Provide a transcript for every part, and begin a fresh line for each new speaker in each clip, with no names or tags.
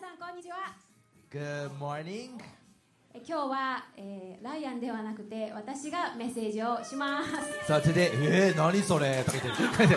さんこんにちは
Good morning.
え今日は、えーライアンではなくて私がメッセージをします
So today, えー、何それとか言ってる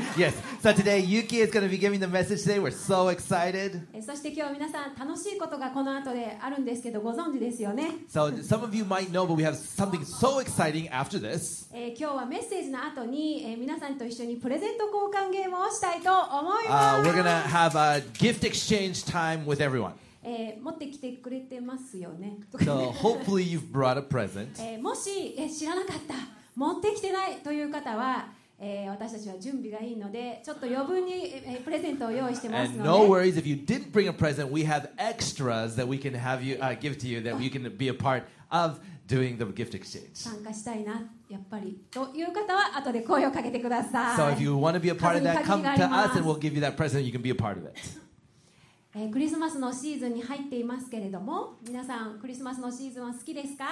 yes. So today, Yuki is going to be giving the message today. We're so excited.
えそして今日皆さん楽しいことがこの後であるんですけどご存知ですよね、
So some of you might know, but we have something so exciting after this.
えー今日はメッセージの後に、えー皆さんと一緒にプレゼント交換ゲームをしたいと思い
Uh,
ます、
we're going to have a gift exchange time with everyone.
えー持ってきてくれてますよね
So hopefully you've brought a present.
えーもし、えー知らなかった持ってきてないという方は、えー私たちは準備がいいのでちょっと余分に、えーえープレゼントを用意してます
And
の
no
で、
worries if you didn't bring a present. We have extras that we can have you uh, give to you that you can be a part of doing the gift exchange.
参加したいなやっぱりという方は後で声をかけてください、
So if you want to be a part of that, come
数に
to
限りがあります。
us and we'll give you that present. You can be a part of it.
えークリスマスのシーズンに入っていますけれども皆さんクリスマスのシーズンは好きですか、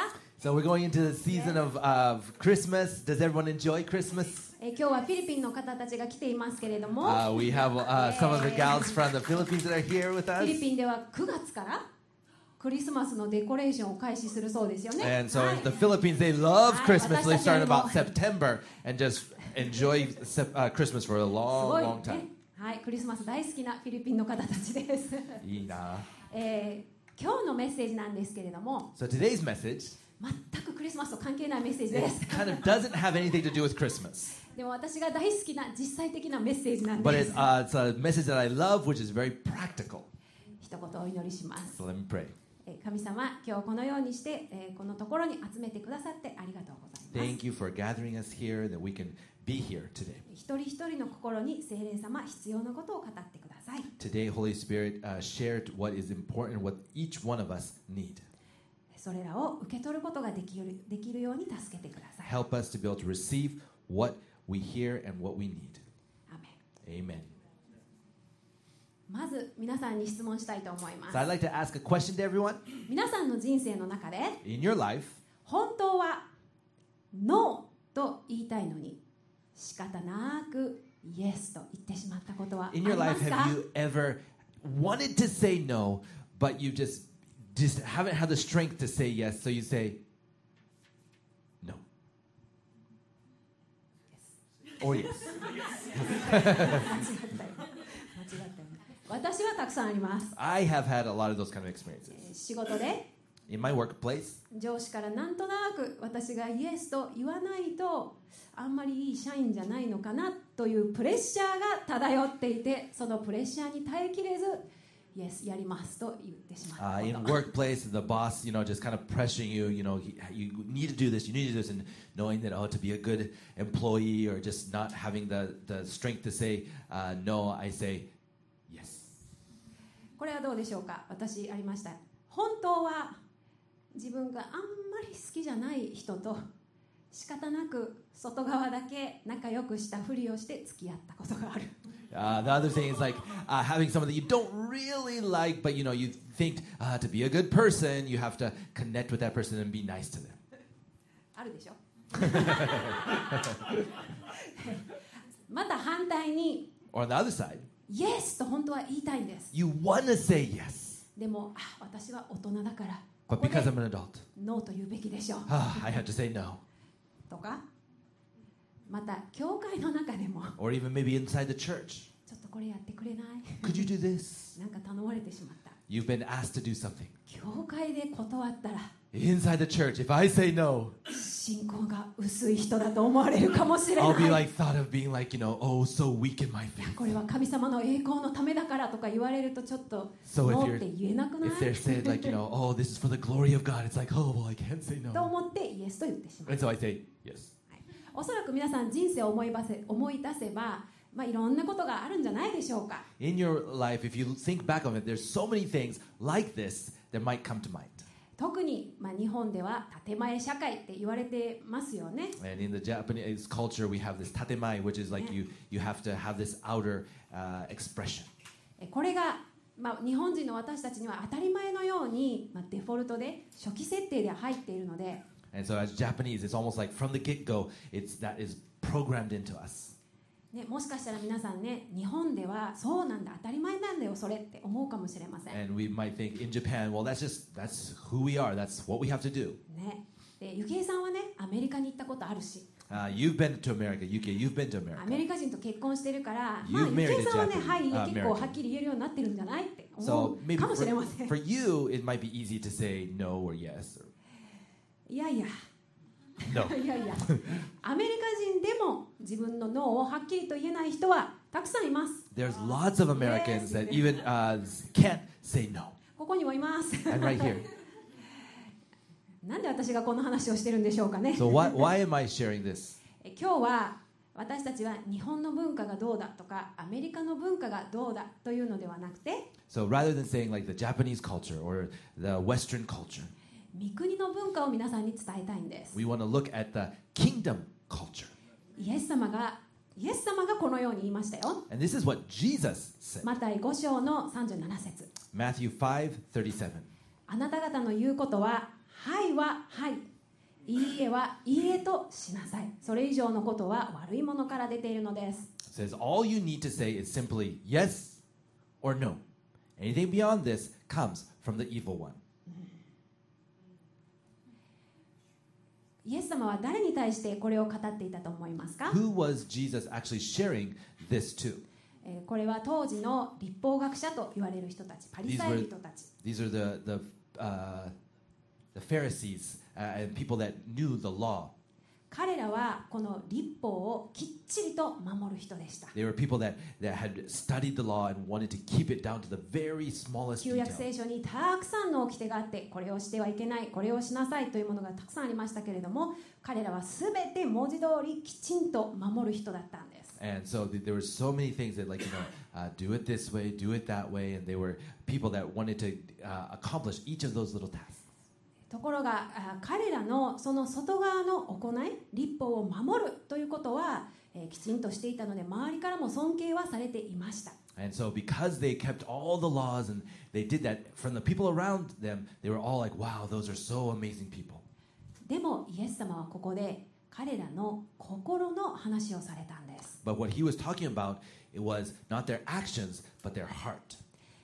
So we're going into the season of, of Christmas. Does everyone enjoy Christmas?
えー今日はフィリピンの方たちが来ていますけれども、
Uh, we have uh, some of the gals from the Philippines that are here with
フィ
us.
リピンでは9月からクリスマスのデコレーションを開始するそうですよね
And so
はい
in the Philippines, they love
Hi,
Christmas.
watashi
They
ta
start about
mo-
September and just enjoy sep- uh, Christmas for a
す
long,
ごい
long
ね
time.。
はい、クリスマス大好きなフィリピンの方たちです。
いいな。
えー今日のメッセージなんですけれども、
So today's message
全くクリスマスと関係ないメッセージで
it
す。
kind of doesn't have anything to do with Christmas,
でも私が大好きな実際的なメッセージなんで
but it's,
す。
uh, it's a message that I love, which is very practical.
一言お祈りします。
So let me pray.
えー神様、今日このようにして、えーこのところに集めてくださってありがとうございます。
Thank you for gathering us here that we can be here today.
一人一人の心に聖霊様、必要なことを語ってください。
Today, Holy Spirit uh, shared what is important, what each one of us need.
それらを受け取ることができるできるように助けてください。
Help us to be able to receive what we hear and what we need.
アーメン
Amen.
まず皆さんに質問したいと思います
So I'd。like to ask a question to everyone
皆さんの人生の中で
in your life.
本当はノーと言いたいのに仕方なくイエスと言ってしまったことはあり
In your
ま
life,
すか
have you ever wanted to say no, but you just just haven't had the strength to say yes, so you say no. Or yes.
間違ったよ間違ったよ私はたくさんあります、
I have had a lot of those kind of
え
experiences.
ー仕事で
In my workplace,
上司からなんとなく私がイエスと言わないとあんまりいい社員じゃないのかなというプレッシャーが漂っていてそのプレッシャーに耐えきれずイエスやりますと言ってしまった
uh,
こと
in workplace, the boss, you know, just kind of pressuring you, you know, he- you need to do this, you need to do this, and knowing that, oh, to be a good employee or just not having the, the strength to say uh, no, I say yes.
これはどうでしょうか私ありました本当は自分があんまり好きじゃない人と仕方なく外側だけ仲良くしたふりをして付き合ったことがある
Uh, the other thing is like uh, having someone that you don't really like, but you know, you think uh, to be a good person, you have to connect with that person and be nice to them.
あるでしょまた反対に
Or on the other side,
イエスと本当は言いたいんです
you want to say yes,
でもあ私は大人だからこ
but
こで
because I'm an adult,
ノーと言うべきでしょう
ah, I have to say no.
とかまた教会の中でも
Or even maybe inside the church,
ちょっとこれやってくれない
could you do this?
なんか頼まれてしまった
You've been asked to do something.
教会で断ったら
Inside the church, if I say no,
信仰が薄い人だと思われるかもしれな
I'll
い
be like thought of being like, you know, oh, so weak in my
いや
faith.
これは神様の栄光のためだからとか言われるとちょっと
So if
ノー
you're-
って言えなくない
If they're saying like, you know, oh, this is for the glory of God, it's like, oh, well, I can't say
と
no.
思ってイエスと言ってしまう
And so I say yes.
おそらく皆さん人生を思いばせ思い出せば、まあ、いろんなことがあるんじゃないでしょうか
In your life, if you think back on it, there's so many things like this that might come to mind.
特に、まあ、日本では建前社会って言われてますよね
And in the Japanese culture, we have this tatemai, which is like you you have to have this outer uh, expression.
えこれが、まあ、日本人の私たちには当たり前のように、まあ、デフォルトで初期設定で入っているので
And so, as Japanese, it's almost like from the get go, it's that is programmed into us.
ね、もしかしたら皆さんね日本ではそうなんだ当たり前なんだよそれって思うかもしれません、ね、
And we might think in Japan, well, that's just that's who we are. That's what we have to do.
でゆきえさんはねアメリカに行ったことあるし
Uh, you've been to America, UK. You've been to
アメ
America.
リカ人と結婚してるから、
You
まあ、ゆきえさんはね
married a
はい
Japanese-
結構
American.
はっきり言えるようになってるんじゃないって思
So
う
maybe
かもしれま
for,
せん
for you, it might be easy to say no or yes. Or
いやいや
no.
いやいやアメリカ人でも自分の脳をはっきりと言えない人はたくさんいます
There's lots of Americans that even uh, can't say no.
ここにもいます
And right here.
なんで私がこの話をしてるんでしょうかね
So why, why am I sharing this?
え今日は私たちは日本の文化がどうだとかアメリカの文化がどうだというのではなくて
So rather than saying like the Japanese culture or the Western culture,
三国の文化を皆さんに伝えたいんです
we want to look at the kingdom culture.
イエス様がイエス様がこのように言いましたよ
And this is what Jesus said.
マタイ5章の37節
Matthew 5 37.
あなた方の言うことは「はい」は「はい」「いいえ」は「いいえ」としなさいそれ以上のことは悪いものから出ているのです
says all you need to say is simply yes or no. Anything beyond this comes from the evil one.
イエス様は誰に対してこれを語っていたと思いますか、
Who was Jesus actually sharing this to?
えーこれは当時の立法学者と言われる人たちパリサイ人たち
These are the the uh, the Pharisees uh, and people that knew the law.
彼らはこの立法をきっちりと守る人でした
They were people that, that had studied the law and wanted to keep it down to the very smallest
旧
detail.
約聖書にたくさんの掟があってこれをしてはいけないこれをしなさいというものがたくさんありましたけれども彼らは全て文字通りきちんと守る人だったんです
And so th- there were so many things that, like, you know, uh, do it this way, do it that way. And they were people that wanted to uh, accomplish each of those little tasks.
ところがあ彼らのその外側の行い立法を守るということは、えーきちんとしていたので周りからも尊敬はされていました
And so, because they kept all the laws and they did that from the people around them, they were all like, wow, those are so amazing people.
でもイエス様はここで彼らの心の話をされたんです
But what he was talking about it was not their actions, but their heart.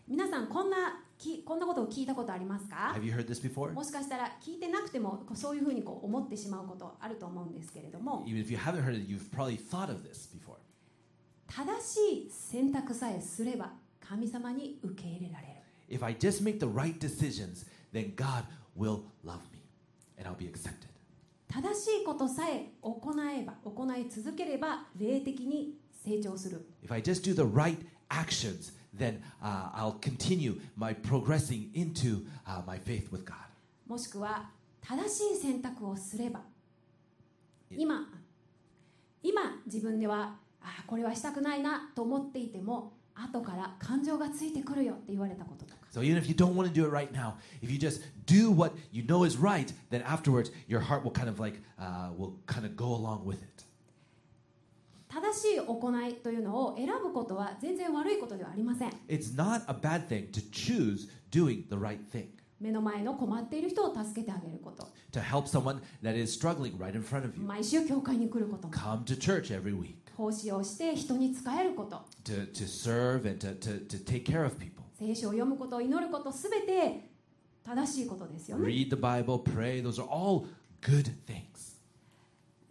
皆さんこんなきこんなことを聞いたことありますか
Have you heard this before?
もしかしたら聞いてなくてもこうそういうふうにこう思ってしまうことあると思うんですけれども
Even if you haven't heard it, you've probably thought of this before.
正しい選択さえすれば神様に受け入れられる
If I just make the right decisions, then God will love me and I'll be accepted.
正しいことさえ行えば行い続ければ霊的に成長する
If I just do the right actions, then uh, I'll continue my progressing into uh, my faith with God.
もしくは正しい選択をすれば今今自分ではあこれはしたくないなと思っていても後から感情がついてくるよって言われたこととか
So even if you don't want to do it right now, if you just do what you know is right, then afterwards your heart will kind of like uh, will kind of go along with it.
正しい行いというのを選ぶことは全然悪いことではありません
It's not a bad thing to choose doing the right thing
目の前の困っている人を助けてあげること
to help someone that is struggling right in front of you.
毎週教会に来ることも
Come to church every week
奉仕をして人に仕えること
to, to serve and to, to, to take care of people.
聖書を読むこと祈ることすべて正しいことですよね
Read the Bible, pray. Those are all good things.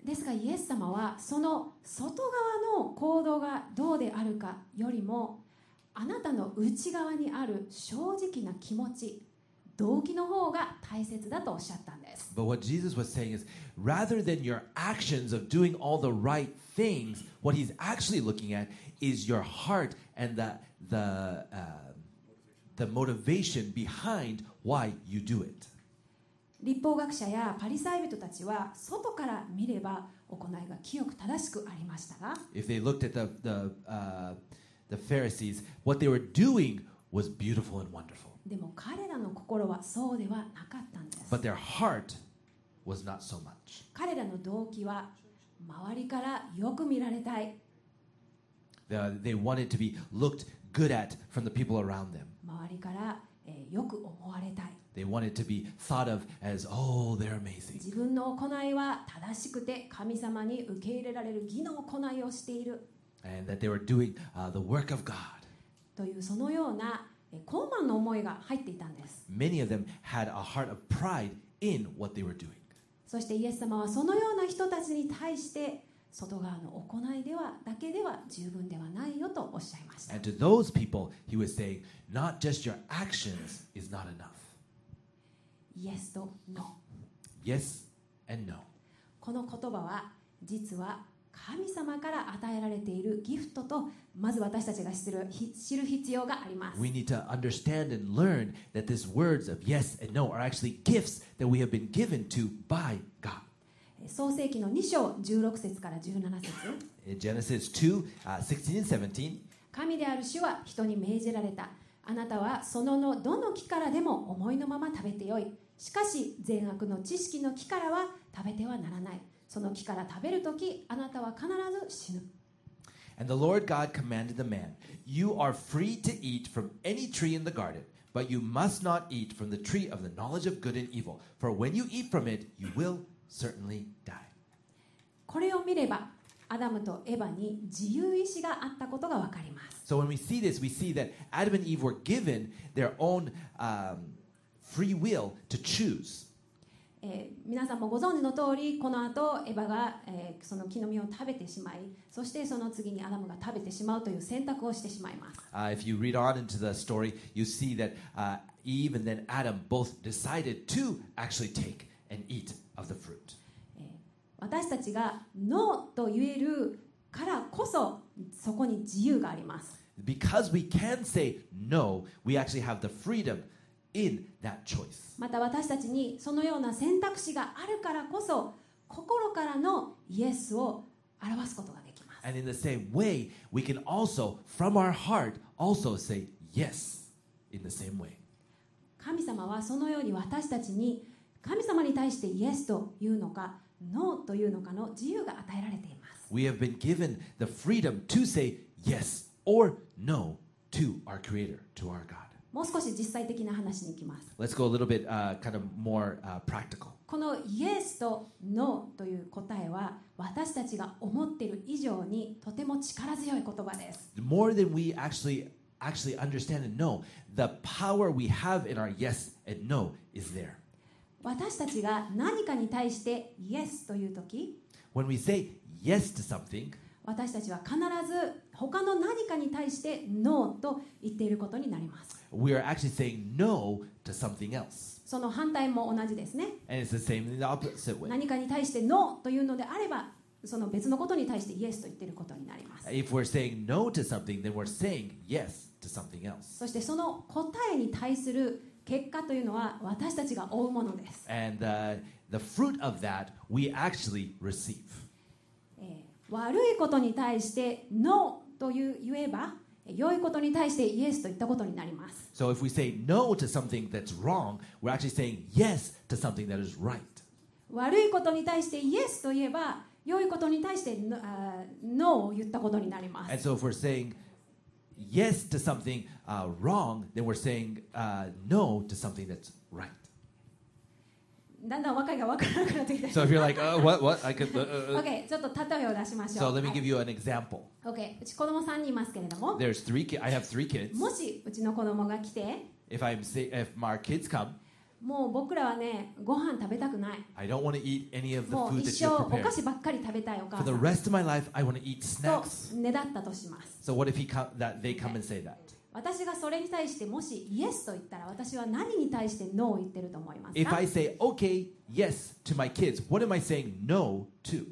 ですがイエス様はその外側の行動がどうであるかよりもあなたの内側にある正直な気持ち動機の方が大切だとおっしゃったんです
But what Jesus was saying is rather than your actions of doing all the right things, what he's actually looking at is your heart and the the uh, the motivation behind why you do it.
立法学者やパリサイ人たちは外から見れば行いが清く正しくありましたが
If they looked at the the uh, the Pharisees, what they were doing was beautiful and wonderful,
でも彼らの心はそうではなかったんです
but their heart was not so much.
彼らの動機は周りからよく見られたい
The- they wanted to be looked good at from the people around them.
周りから、えーよく思われたい
They wanted to be thought of as, oh, they're amazing.
自分の行いは正しくて神様に受け入れられる義の行いをしている
And and that they were doing uh, the work of God.
というそのようなえー高慢の思いが入っていたんです
Many of them had a heart of pride in what they were doing.
そしてイエス様はそのような人たちに対して外側の行いではだけでは十分ではないよとおっしゃいました
And to those people, he was saying, not just your actions is not enough.
イエスとノー
Yes and no.
この言葉は実は神様から与えられているギフトとまず私たちが知るひ知る必要があります。
We need to understand and learn that these words of yes and no are actually gifts that we have been given to by God.
創世記の2章16節から17節
In Genesis 2 uh, 16 and 17,
神である主は人に命じられた。あなたはそののどの木からでも思いのまま食べてよい。しかし善悪の知識の木からは食べてはならない。その木から食べるときあなたは必ず死ぬ。
And the Lord God commanded the man, You are free to eat from any tree in the garden, but you must not eat from the tree of the knowledge of good and evil, for when you eat from it, you will certainly die.
これを見ればアダムとエヴァに自由意志があったことがわかります。
So when we see this, we see that Adam and Eve were given their own um, free will to choose.
えー皆さんもご存知の通りこの後エヴァが、えーその木の実を食べてしまいそしてその次にアダムが食べてしまうという選択をしてしまいます
Uh, if you read on into the story, you see that uh, Eve and then Adam both decided to actually take and eat of the fruit.
私たちがノーと言えるからこそそこに自由があります
Because we can say no, we actually have the freedom in that choice.
また私たちにそのような選択肢があるからこそ心からのイエスを表すことができます
And in the same way, we can also, from our heart, also say yes in the same way.
神様はそのように私たちに神様に対してイエスというのかノーというのかの自由が与えられています
We have been given the freedom to say yes or no to our Creator, to our God.
もう少し実際的な話に行きます。
Let's go a little bit uh, kind of more uh, practical.
このイエスとノーという答えは私たちが思っている以上にとても力強い言葉です。
more than we actually actually understand and know the power we have in our yes and no is there
私たちが何かに対してイエスという時
when we say yes to something
私たちは必ず他の何かに対してノーと言っていることになります。
we are actually saying no to something else
その反対も同じですね。
and it's the same in the opposite way
何かに対してノーというのであればその別のことに対してイエスと言っていることになります。
if we're saying no to something then we're saying yes to something else
そしてその答えに対する結果というのは私たちが負うものです。
and uh, the fruit of that we actually receive
えー悪いことに対して「ノー」という言えばえー良いことに対して「イエス」と言ったことになります
so if we say no to something that's wrong we're actually saying yes to something that is right
悪いことに対して「イエス」と言えば良いことに対してノあー「ノー」を言ったことになります
And so if we're saying yes to something uh, wrong, then we're saying uh, no to something that's right.
だんだん若いが分からなくなってきて
So if you're like, uh, what, what? I could. Uh, uh, uh.
OK ちょっと例えを出しましょ
So
う、
let me
はい
give you an example.
OK うち子供3人いますけれども
There's three. Ki- I have three kids.
もしうちの子供が来て
If I'm say, if our kids come,
もう僕らはねご飯食べたくない
I don't want to eat any of the
もう
food
一
that you
生お
have prepared.
菓子ばっかり食べたいお母
For
さ
the
ん
rest of my life, I want to eat
と
snacks.
ねだったとします
So what if he co- that they come and say that?
私がそれに対してもしイエスと言ったら私は何に対してノーを言ってると思います
If
か
I say okay, yes to my kids, what am I saying no to?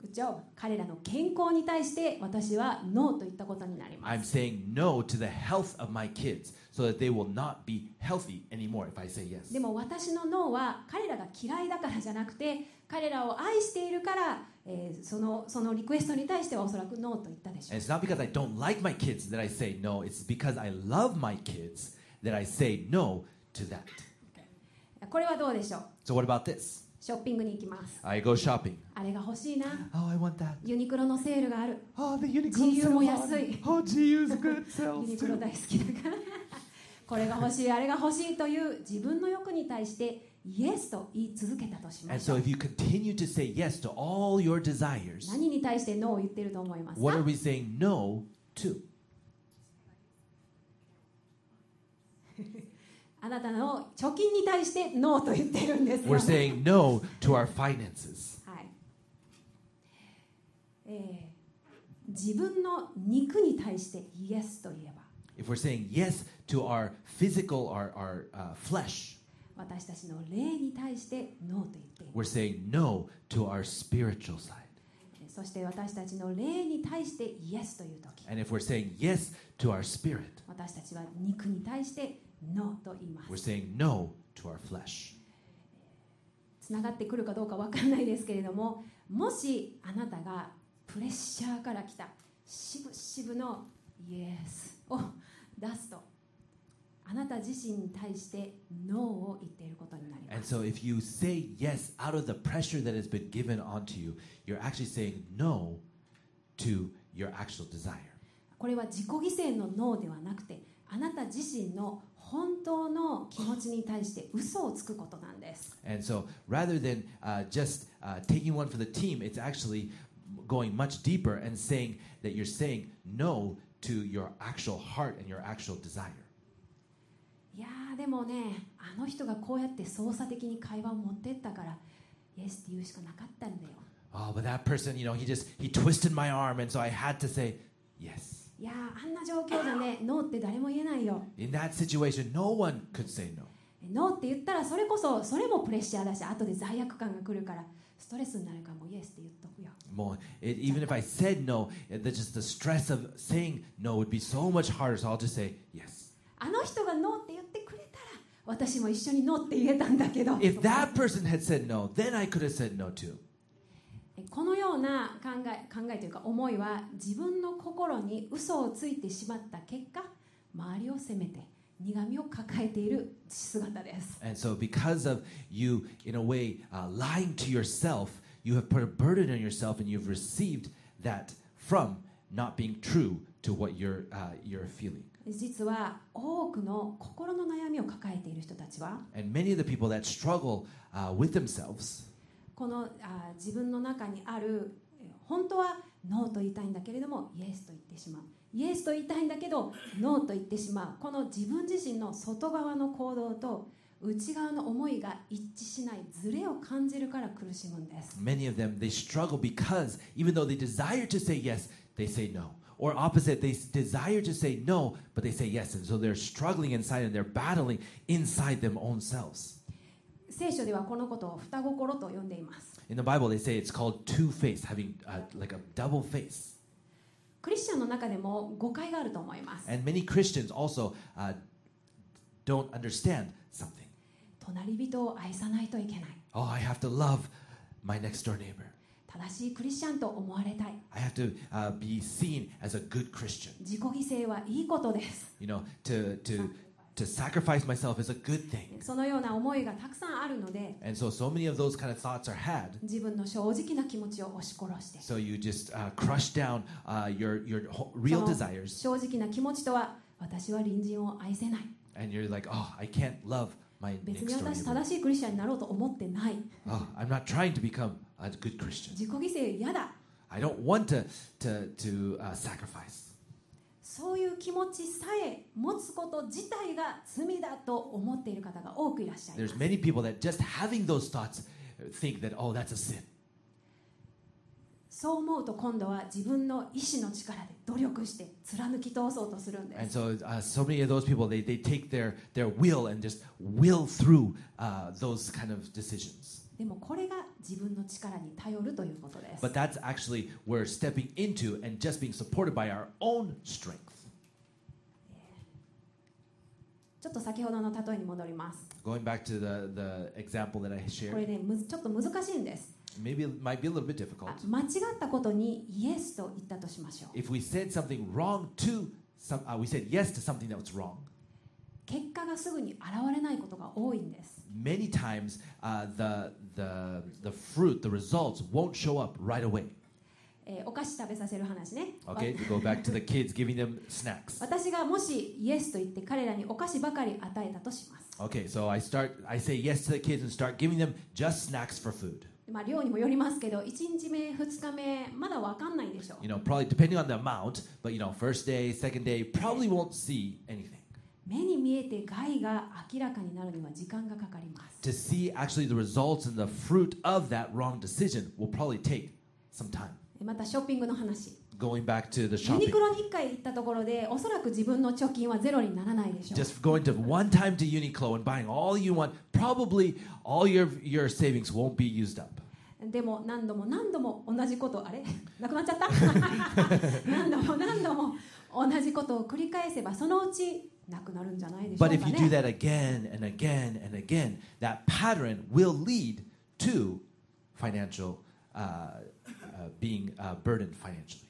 部長彼らの健康に対して私はノーと言ったことになりま
I'm
す
saying no to the health of my kids so that they will not be healthy anymore if I say yes.
でも私のノーは彼らが嫌いだからじゃなくて彼らを愛しているから、えーそのそのリクエストに対してはおそらくノーと言ったでしょう
And it's not because I don't like my kids that I say no, it's because I love my kids that I say no to that.
これはどうでしょう
So, what about this?
ショッピングに行きます
I go shopping.
あれが欲しいな
Oh, I want that.
ユニクロのセールがある
Oh, the unicorn
GU も安
sale.
い
Oh, GU's good
ユ
sales
ニクロ
too.
大好きだからこれが欲しいあれが欲しいという自分の欲に対してイエスと言い続けたとしま
And
しょ
so
う
if you continue to say yes to all your desires,
何に対してノーを言ってると思いますか
what are we saying no to?
あなたの貯金に対してノーと言ってるんですよ
We're saying no to our finances.
はいえー自分の肉に対してイエスと言えば
If we're saying yes to our physical, our, our uh, flesh,
私たちの霊に対してノーと言っている
we're saying no to our spiritual side.
えーそして私たちの霊に対してイエスという時
And if we're saying yes to our spirit,
私たちは肉に対してノーと言いま
we're
す
saying no to our flesh.
つながってくるかどうかわからないですけれどももしあなたがプレッシャーから来たしぶしぶのイエスを出すとあなた自身に対してノーを言っていることになりま
And
す
so if you say yes out of the pressure that has been given onto you, you're actually saying no to your actual desire.
これは自己犠牲のノーではなくてあなた自身の本当の気持ちに対して嘘をつくことなんです
And so rather than uh, just uh, taking one for the team, it's actually going much deeper and saying that you're saying no to your actual heart and your actual desire.
いやーでもねあの人がこうやって操作的に会話を持ってったからイエスって言うしかなかったんだよ
Oh, but that person, you know, he just he twisted my arm, and so I had to say yes.
いやーあんな状況じゃねノーって誰も言えないよ
In that situation, no one could say no.
ノーって言ったらそれこそそれもプレッシャーだし後で罪悪感が来るからストレスになるからもうイエスって言っとくよ
More, it, even if I said no, it, the, just the stress of saying no would be so much harder. So I'll just say yes.
あの人がノーって言ってくれたら私も一緒にノーって言えたんだけど
If that person had said no, then I could have said no too.
このような考え考えというか思いは自分の心に嘘をついてしまった結果周りを責めて苦みを抱えている姿です
And so, because of you, in a way, uh, lying to yourself, you have put a burden on yourself, and you've received that from not being true to what you're uh, you're feeling.
実は多くの心の悩みを抱えている人たちは
And many of the people that struggle uh, with themselves,
このあー自分の中にあるえー本当はノーと言いたいんだけれどもイエスと言ってしまうイエスと言いたいんだけどノーと言ってしまうこの自分自身の外側の行動と内側の思いが一致しないズレを感じるから苦しむんです
many of them, they struggle because even though they desire to say yes, they say no. Or opposite, they s- desire to say no, but they say yes. And so they're struggling inside and they're battling inside them own selves.
聖書ではこのことを双心と呼んでいます
In the Bible, they say it's called two face, having uh, like a double face.
クリスチャンの中でも誤解があると思います
And many Christians also uh, don't understand something.
隣人を愛さないといけない
Oh, I have to love my next door neighbor.
正しいクリスチャンと思われたい
I have to uh, be seen as a good Christian.
自己犠牲はいいことです
You know, to to to sacrifice myself is a good thing.
そのような思いがたくさんあるので
And so, so many of those kind of thoughts are had.
自分の正直な気持ちを押し殺して
So you just uh, crush down uh, your your ho- real
So-
desires,
正直な気持ちとは私は隣人を愛せない
and you're like, oh, I can't love my
別に
next door
私
neighbor.
正しいクリスチャンになろうと思ってない
Oh, I'm not trying to become a good Christian.
自己犠牲嫌だ
I don't want to to to uh, sacrifice.
そういう気持ちさえ持つこと自体が罪だと思っている方が多くいらっしゃいま
There's
す
many people that just having those thoughts uh, think that oh, that's a sin.
そう思うと今度は自分の意志の力で努力して貫き通そうとするんで
And
す
so, uh, so many of those people they they take their their will and just will through uh, those kind of decisions.
でもこれが自分の力に頼るということです
But that's actually we're stepping into and just being supported by our own strength.
ちょっと先ほどの例えに戻ります
Going back to the, the example that
こ
I
れ
shared,
ねむずちょっと難しいんです
maybe it might be a little bit difficult.
あ間違ったことにイエスと言ったとしましょう
If we said something wrong to some, uh, we said yes to something that was wrong.
結果がすぐに現れないことが多いんです
Many times, uh, the, the, the fruit, the results won't show up right away.
ええーお菓子食べさせる話ね、
Okay, to go back to the kids, giving them snacks.
私がもしイエスと言って彼らにお菓子ばかり与えたとします、
Okay, so I start, I say yes to the kids and start giving them just snacks for food.
まあ、量にもよりますけど1日目2日目まだ分かんないでしょう
You know, probably depending on the amount, but you know, first day, second day, probably won't see anything.
目に見えて害が明らかになるには時間がかかります
To see actually the results and the fruit of that wrong decision will probably take some time.
またショッピングの話
Going back to the
ユニ
shopping,
クロに1回行ったところでおそらく自分の貯金はゼロにならないでしょう
just going to one time to Uniqlo and buying all you want, probably all your your savings won't be used up.
でも何度も何度も同じことあれ なくなっちゃった何度も何度も同じことを繰り返せばそのうちなくなるんじゃないでしょう
But
か
if you do
ね
that again and again and again, that pattern will lead to financial uh, uh, being uh, burdened financially.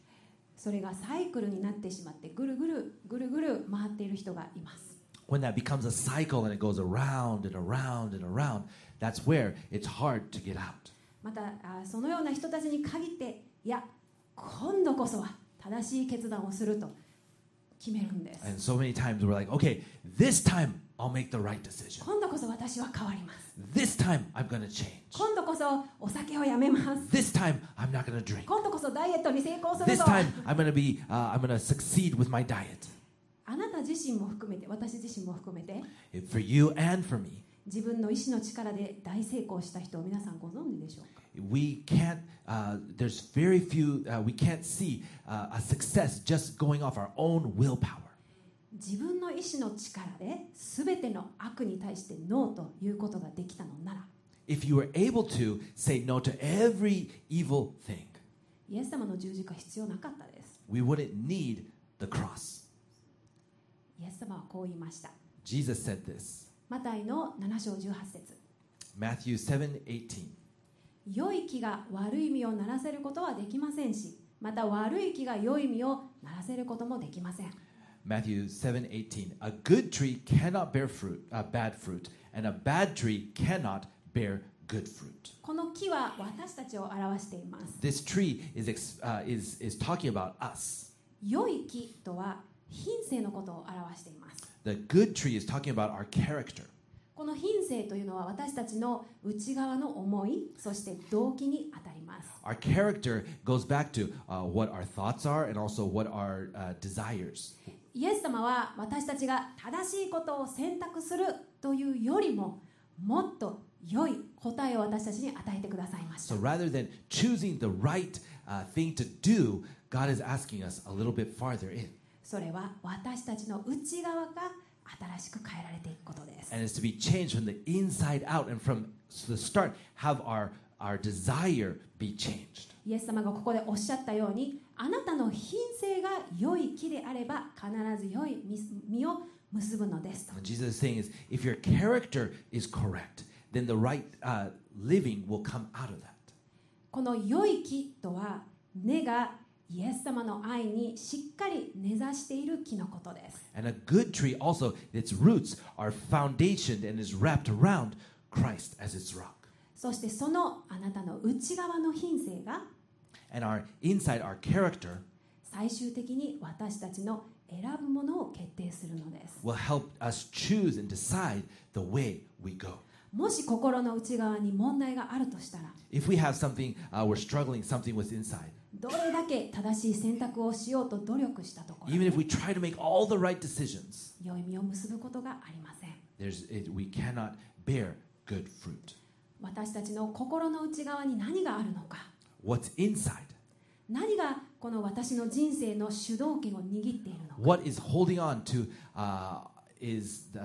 それがサイクルになってしまってぐるぐるぐるぐる回っている人がいます
When that becomes a cycle and it goes around and around and around, that's where it's hard to get out.
またあそのような人たちに限っていや今度こそは正しい決断をすると決めるんです
And so many times we're like, okay, this time I'll make the right decision.
今度こそ私は変わります
This time I'm going to change.
今度こそお酒をやめます
This time I'm not going to drink.
今度こそダイエットに成功する
This
ぞ
time I'm going to be uh, I'm going to succeed with my diet.
あなた自身も含めて私自身も含めて
For you and for me.
自分の意志の力で大成功した人を皆さんご存知でしょうか
we can't uh, there's very few uh, we can't see uh, a success just going off our own willpower
自分の意志の力で全ての悪に対してノーということができたのなら
if you were able to say no to every evil thing
イエス様の十字架必要なかったです
we wouldn't need the cross
イエス様はこう言いました
jesus said this
マタイの7章18節
matthew 7 18
良い木が悪い実をならせることはできませんしまた悪い木が良い実をならせることもできません
matthew 7 18 a good tree cannot bear fruit uh, bad fruit and a bad tree cannot bear good fruit
この木は私たちを表しています
this tree is ex- uh, is is talking about us
良い木とは品性のことを表しています
the good tree is talking about our character
この品性というのは私たちの内側の思いそして動機にあたります
Our character goes back to uh, what our thoughts are and also what our uh, desires.
イエス様は私たちが正しいことを選択するというよりももっと良い答えを私たちに与えてくださいました
So rather than choosing the right uh, thing to do, God is asking us a little bit farther in.
それは私たちの内側が新しく変えられていくことです
And it's to be changed from the inside out and from the start, have our, our desire be changed.
イエス様がここでおっしゃったようにあなたの品性が良い木であれば必ず良い実を結ぶのですと
What Jesus is saying is if your character is correct, then the right uh, living will come out of that.
この良い木とは根がイエス様の愛にしっかり根ざしている木のことです
And a good tree also, its roots are foundationed and is wrapped around Christ as its rock.
そしてそのあなたの内側の品性が
And our inside, our character,
最終的に私たちの選ぶものを決定するのです
will help us choose and decide the way we go.
もし心の内側に問題があるとしたら
If we have something, uh, we're struggling something with inside,
どれだけ正しい選択をしようと努力したところ
even if we try to make all the right decisions,
良い実を結ぶことがありません
there's, it, we cannot bear good fruit.
私たちの心の内側に何があるのか
What's inside?
何がこの私の人生の主導権を握っているのか
What is holding on to uh, is the,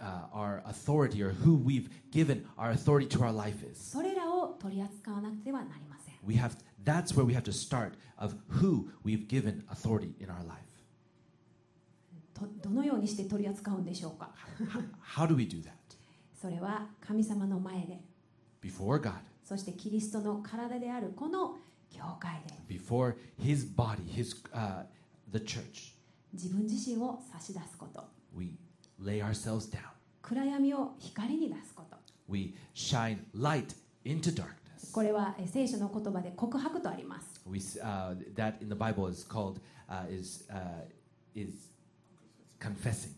uh, our authority or who we've given our authority to our life is.
それらを取り扱わなくてはなりません
We have that's where we have to start of who we've given authority in our life.
とどのようにして取り扱うんでしょうか
How, how do we do that?
それは神様の前で
Before God,
そしてキリストの体であるこの教会で
before His body, His uh, the church,
自分自身を差し出すこと
we lay ourselves down.
暗闇を光に出すこと
We shine light into darkness. Yes.
これはえー聖書の言葉で告白とあります。
We s- uh, that in the Bible is called uh, is uh, is confessing.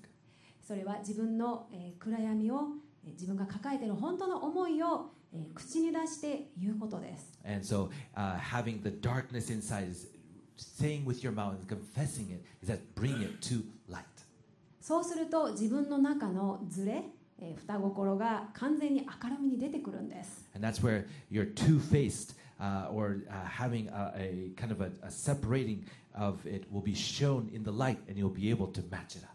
それは自分のえー暗闇をえー自分が抱えている本当の思いをえー口に出して言うことです。
And so uh, having the darkness inside is saying with your mouth and confessing it is that bring it to light.
そうすると自分の中のズレ、えー双心が完全に明るみに出てくるんです。
And that's where you're two-faced uh, or uh, having a, a kind of a, a separating of it will be shown in the light and you'll be able to match it up.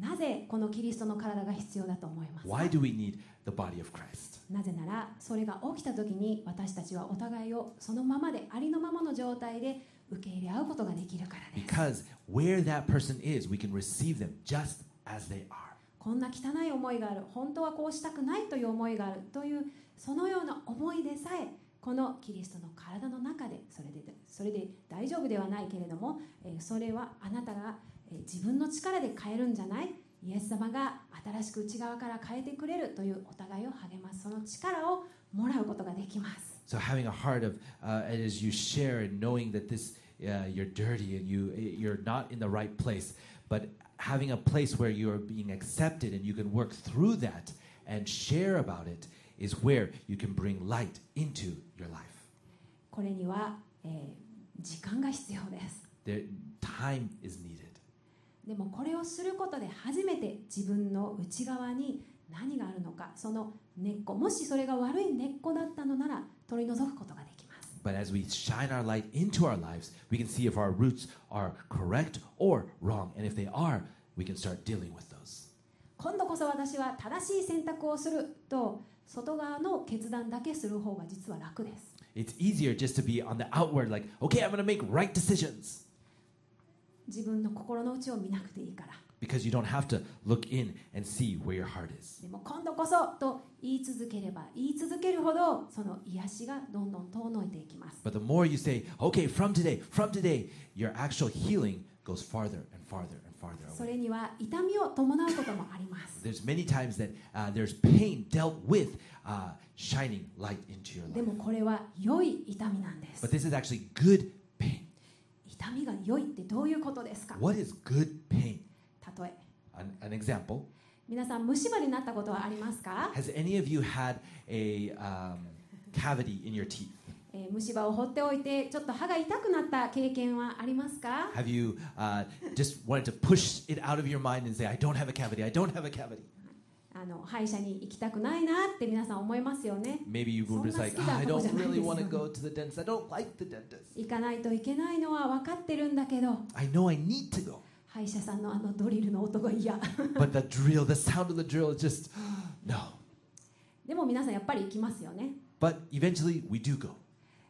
なぜこのキリストの体が必要だと思いますか
Why do we need the body of Christ?
なぜならそれが起きた時に私たちはお互いをそのままでありのままの状態で受け入れ合うことができるからです。
Because where that person is, we can receive them just as they are.
こんな汚い思いがある、本当はこうしたくないという思いがあるというそのような思いでさえこのキリストの体の中でそれでそれで大丈夫ではないけれどもえーそれはあなたがえー自分の力で変えるんじゃないイエス様が新しく内側から変えてくれるというお互いを励ますその力をもらうことができます
So having a heart of uh, as you share and knowing that this uh, you're dirty and you eh, you're not in the right place, but having a place where you are being accepted and you can work through that and share about it is where you can bring light into your life.
これには、えー時間が必要です
There, time is needed,
でもこれをすることで初めて自分の内側に何があるのかその根っこもしそれが悪い根っこだったのなら取り除くことができます
but as we shine our light into our lives, we can see if our roots are correct or wrong, and if they are, we can start dealing with those.
今度こそ私は正しい選択をすると外側の決断だけする方が実は楽です
It's easier just to be on the outward, like, okay, I'm gonna make right decisions.
自分の心の内を見なくていいから
because you don't have to look in and see where your heart is.
でも今度こそと言い続ければ言い続けるほどその癒しがどんどん遠のいていきます
But the more you say, okay, from today, from today, your actual healing goes farther and farther and farther
そ
away.
れには痛みを伴うこともあります
There's many times that uh, there's pain dealt with uh, shining light into your
で
life.
もこれは良い痛みなんです
But this is actually good pain.
痛みが良いってどういうことですか
What is good pain?
例え
An, an example.
皆さん虫歯になったことはありますか、
Has any of you had a um, cavity in your teeth?
えー虫歯を放っておいてちょっと歯が痛くなった経験はありますか
Have you uh, just wanted to push it out of your mind and say, I don't have a cavity, I don't have a cavity?
あの歯医者に行きたくないなって皆さん思いますよね
Maybe you were
So nasty
just like, "Ah, I
that
don't
was nice."
really want to go to the dentist. I don't like the dentist.
行かないといけないのは分かってるんだけど
I know I need to go.
歯医者さんのあのドリルの音が嫌
But the drill, the sound of the drill is just, no.
でも皆さんやっぱり行きますよね
But eventually we do go.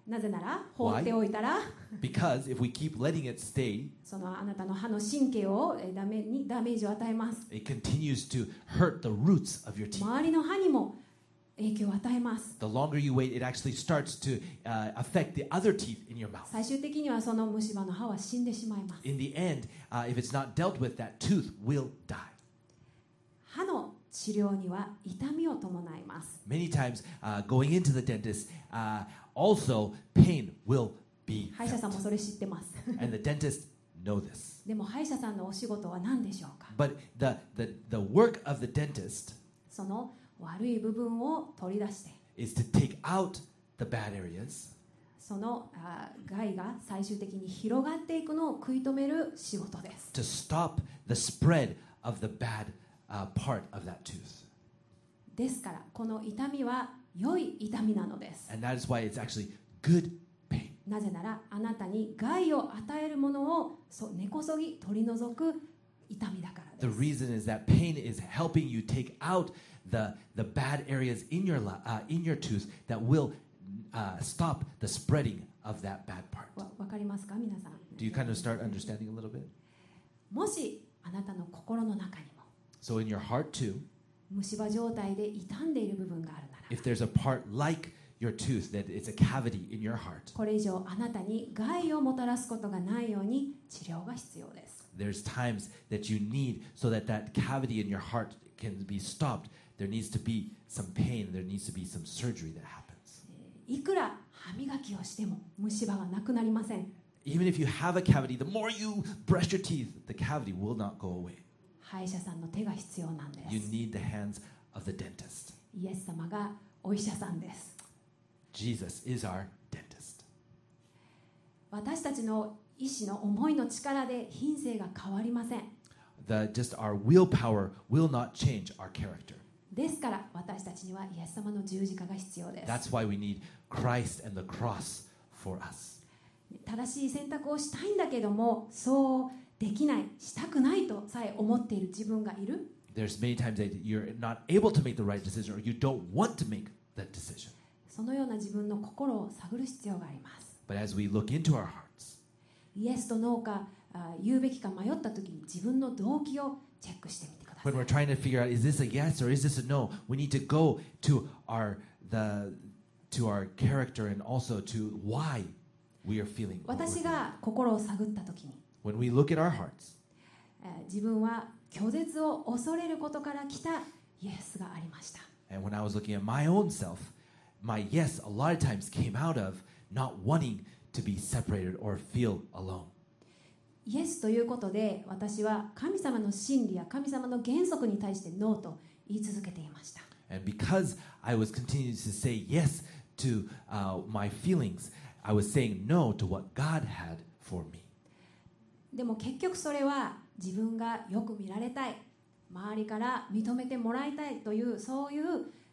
なぜなら放っておいたら
Because if we keep letting it stay,
そのあなたの歯の神経をえーダメにダメージを与えます
it continues to hurt the roots of your teeth.
周りの歯にも影響を与えます
The longer you wait, it actually starts to uh, affect the other teeth in your mouth.
最終的にはその虫歯の歯は死んでしまいます
In the end, uh, if it's not dealt with, that tooth will die.
歯の治療には痛みを伴います
Many times, uh, going into the dentist, uh, also pain will be
歯医者さん
felt.
もそれ知ってます
and the dentist know this
でも歯医者さんのお仕事は何でしょうか
but the, the, the work of the dentist
その悪い部分を取り出して
is to take out the bad areas
そのあー害が最終的に広がっていくのを食い止める仕事です
to stop the spread of the bad uh, part of that tooth
ですからこの痛みは良い痛みなのです
and that is why it's actually good pain
なぜならあなたに害を与えるものをそう根こそぎ取り除く痛みだから
the
です
reason is that pain is helping you take out the, the bad areas in your, li- uh, in your tooth that will uh, stop the spreading of that bad part
わわかりますか皆さん
do you kind of start understanding a little bit
もしあなたの心の中にも
so in your heart too
虫歯状態で傷んでいる部分があるなら
if there's a part like your tooth that it's a cavity in your heart
これ以上あなたに害をもたらすことがないように治療が必要です
there's times that you need so that that cavity in your heart can be stopped there needs to be some pain there needs to be some surgery that happens
えーいくら歯磨きをしても虫歯はなくなりません
Even if you have a cavity, the more you brush your teeth, the cavity will not go away.
歯医者さんの手が必要なんで
You
す
need the hands of the dentist.
イエス様がお医者さんです
Jesus is our dentist.
私たちの意志の思いの力で品性が変わりません
The, just our willpower will not change our character.
ですから私たちにはイエス様の十字架が必要です
That's why we need Christ and the cross for us.
正しい選択をしたいんだけどもそうできないしたくないとさえ思っている自分がいる
There's many times that you're not able to make the right decision or you don't want to make that decision.
そのような自分の心を探る必要があります
But as we look into our hearts,
イエスとノーかあ言うべきか迷った時に自分の動機をチェックしてみてくださ
when
い
we're trying to figure out is this a yes or is this a no, we need to go to our the to our character and also to why we are feeling. what we're
私
feeling.
が心を探った時に
When we look at our hearts,
えー自分は拒絶を恐れることから来たイエスがありました
and when I was looking at my own self, my yes a lot of times came out of not wanting to be separated or feel alone.
イエスということで私は神様の真理や神様の原則に対してノーと言い続けていました
And because I was continuing to say yes to uh, my feelings, I was saying no to what God had for me.
でも結局それは自分がよく見られたい周りから認めてもらいたいというそういう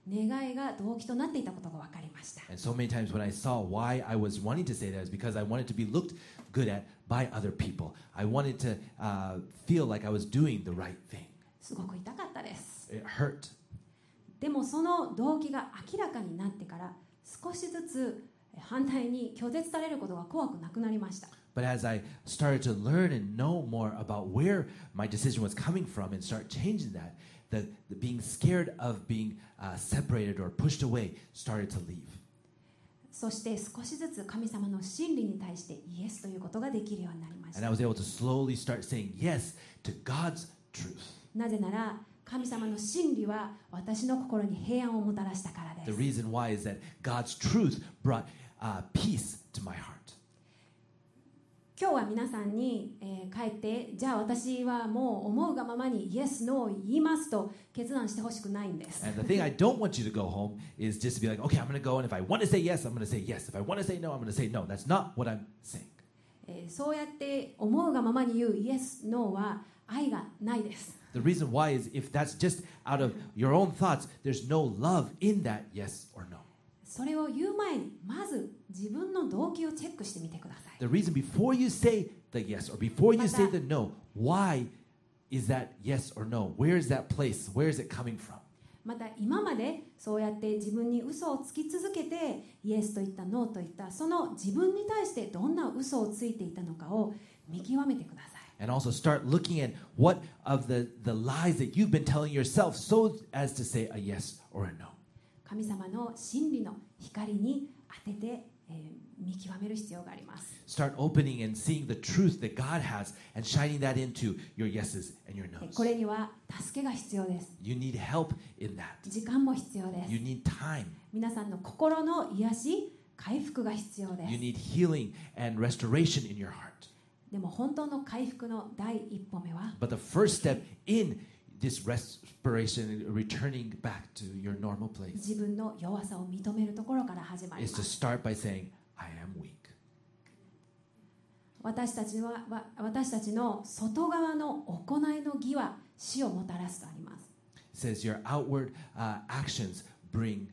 願いが動機となっていたことが分かりました
And so many times when I saw why I was wanting to say that is because I wanted to be looked good at by other people. I wanted to uh, feel like I was doing the right thing.
すごく痛かったです
It hurt.
でもその動機が明らかになってから少しずつ反対に拒絶されることが怖くなくなりました
But as I started to learn and know more about where my decision was coming from and start changing that, the, the being scared of being uh, separated or pushed away started to leave.
そして少しずつ神様の真理に対してイエスということができるようになりまし
And
た
I was able to slowly start saying yes to God's truth.
なぜなら神様の真理は私の心に平安をもたらしたからで
The
す
reason why is that God's truth brought uh, peace to my heart.
今日は皆さんに、えー帰ってじゃあ私はもう思うがままにイエスノーを言いますと決断してほしくないんです
And the thing I don't want you to go home is just to be like, okay, I'm going to go, and if I want to say yes, I'm going to say yes. If I want to say no, I'm going to say no. That's not what I'm saying.
えーそうやって思うがままに言うイエスノーは愛がないです
The reason why is if that's just out of your own thoughts, there's no love in that yes or no.
それを言う前にまず自分の動機をチェックしてみてください
The reason before you say the yes or before you say the no, why is that yes or no? Where is that place? Where is it coming from?
また今までそうやって自分に嘘をつき続けてイエスと言ったノーと言ったその自分に対してどんな嘘をついていたのかを見極めてください
And also start looking at what of the, the lies that you've been telling yourself so as to say a yes or a no.
神様の真理の光に当てて、えー見極める必要があります、
Start opening and seeing the truth that God has and shining that into your yeses and your
こ
nos.
れには助けが必要です
You need help in that.
時間も必要です
You need time.
皆さんの心の癒し回復が必要で
You
す
need healing and restoration in your heart.
でも本当の回復の第一歩目は
But the first step in this restoration, returning back to your normal place,
自分の弱さを認めるところから始まり
is
ま
to
す
start by saying, I am weak.
私たちはわ私たちの外側の行いの義は死をもたらすとあります
It says your outward uh, actions bring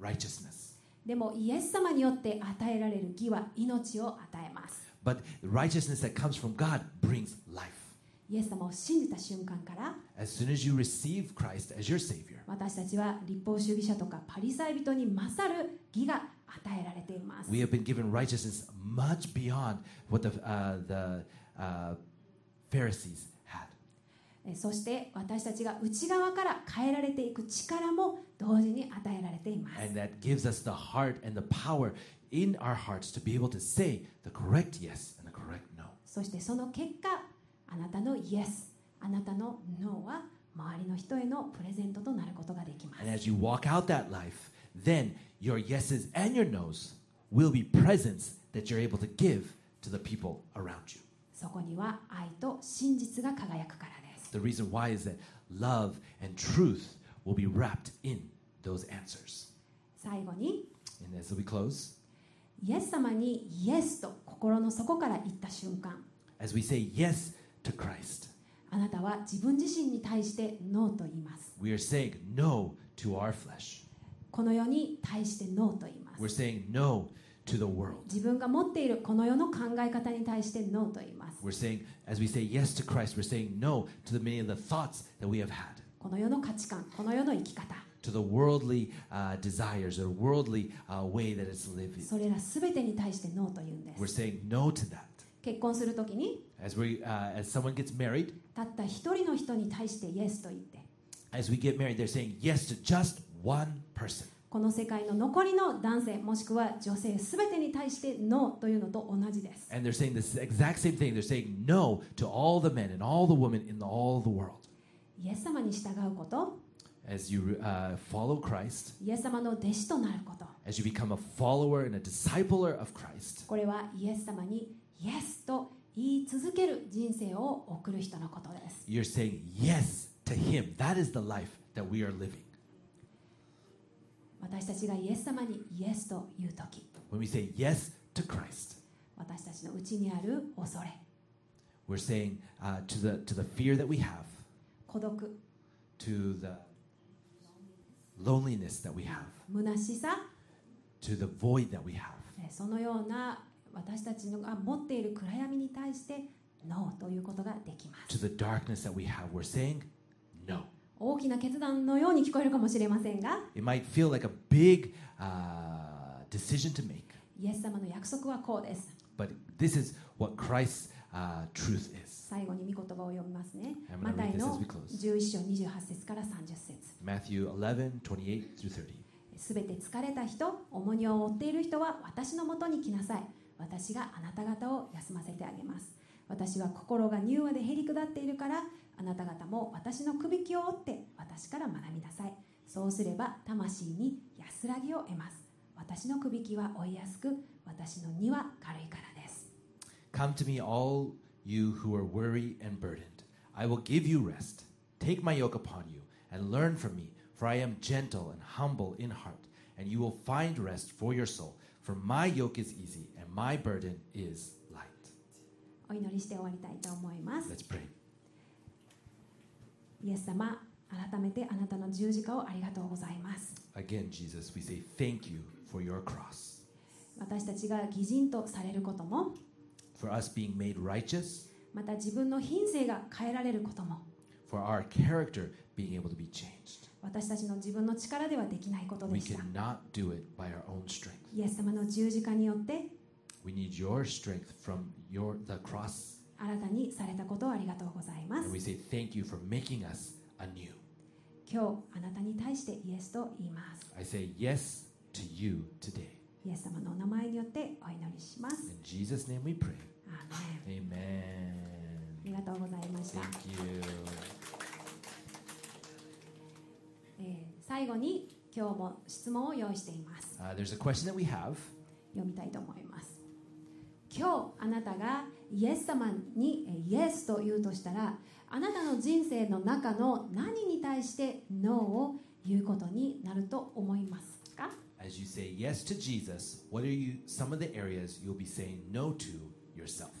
righteousness.
でもイエス様によって与えられる義は命を与えます
But the righteousness that comes from God brings life.
イエス様を信じた瞬間から
As soon as you receive Christ as your Savior,
私たちは立法主義者とかパリサイ人に勝る義が与えられています。
we have been given righteousness much beyond what the, uh, the uh, Pharisees had.
えそして私たちが内側から変えられていく力も同時に与えられています。
And that gives us the heart and the power in our hearts to be able to say the correct yes and the correct no.
そしてその結果、あなたのイエス、あなたのノーは周りの人へのプレゼントとなることができま
And
す。
as you walk out that life, then your yeses and your nos will be presents that you're able to give to the people around you.
そこには愛と真実が輝くからです
The reason why is that love and truth will be wrapped in those answers.
最後に
And as we close,
イエス様にイエスと心の底から言った瞬間
as we say yes to Christ,
あなたは自分自身に対してノーと言います
we are saying no to our flesh.
この世に対してノーと言いま
We're
す
saying no to the world.
自分が持っているこの世の考え方に対してノーと言います
We're saying, as we say yes to Christ, we're saying no to the many of the thoughts that we have had,
この世の価値観この世の生き方
to the worldly uh, desires or worldly uh, way that it's living.
それら全てに対してノーと言うんで
We're
す
saying no to that.
結婚するときに
As we, uh, as someone gets married,
たった一人の人に対してイエスと言って
as we get married, they're saying yes to just one person.
この世界の残りの男性もしくは女性全てに対してノーというのと同じです
And they're saying this exact same thing. They're saying no to all the men and all the women in all the world.
イエス様に従うこと
As you uh, follow Christ,
イエス様の弟子となること
as you become a follower and a discipler of Christ,
これはイエス様にイエスと言い続ける人生を送る人のことです
you're saying yes to Him. That is the life that we are living.
私たちがイエス様にイエスと言う時
When we say yes to Christ,
私たちの内にある恐れ
we're saying uh, to the to the fear that we have,
孤独
to the loneliness that we have,
虚しさ
to the void that we have.
えーそのような私たちのが持っている暗闇に対してノーということができま
to
す
the darkness that we have. We're saying no.
大きな決断のように聞こえるかもしれませんが
It might feel like a big uh, decision to make,
イエス様の約束はこうです
but this is what Christ's uh, truth is.
最後に御言葉を読みますね
I'm
マタイ
going to read this as
の
we close.
11章28節から30節
Matthew 11, 28 through 30.
すべて疲れた人重荷を負っている人は私のもとに来なさい私があなた方を休ませてあげます私は心が柔和でへりくだっているからあなた方も私のくびきを折って私から学びなさいそうすれば魂に安らぎを得ます私のくびきは追いやすく私の荷は軽いからです
Come to me, all you who are weary and burdened. I will give you rest. Take my yoke upon you and learn from me, for I am gentle and humble in heart, and you will find rest for your soul. For my yoke is easy and my burden is light.
お祈りして終わりたいと思います
Let's pray.
イエス様改めてあなたの十字架をありがとうございます
Again, Jesus, we say thank you for your cross,
私たちが義人とされることも
for us being made righteous,
また自分の品性が変えられることも
for our character being able to be changed.
私たちの自分の力ではできないことで
We
した
cannot do it by our own strength.
イエス様の十字架によって
We need your strength from your the cross.
新たにされたことをありがとうございます
And we say thank you for making us anew.
今日あなたに対してイエスと言います
I say yes to you today.
イエス様のお名前によってお祈りします
In Jesus' name we pray.
アーメン
Amen.
ありがとうございました、
Thank you.
えー最後に今日も質問を用意しています
Uh, there's a question that we have.
読みたいと思います今日あなたがイエス様にえイエスと言うとしたらあなたの人生の中の何に対してノーを言うことになると思いますか
As you say yes to Jesus, what are you some of the areas you'll be saying no to yourself?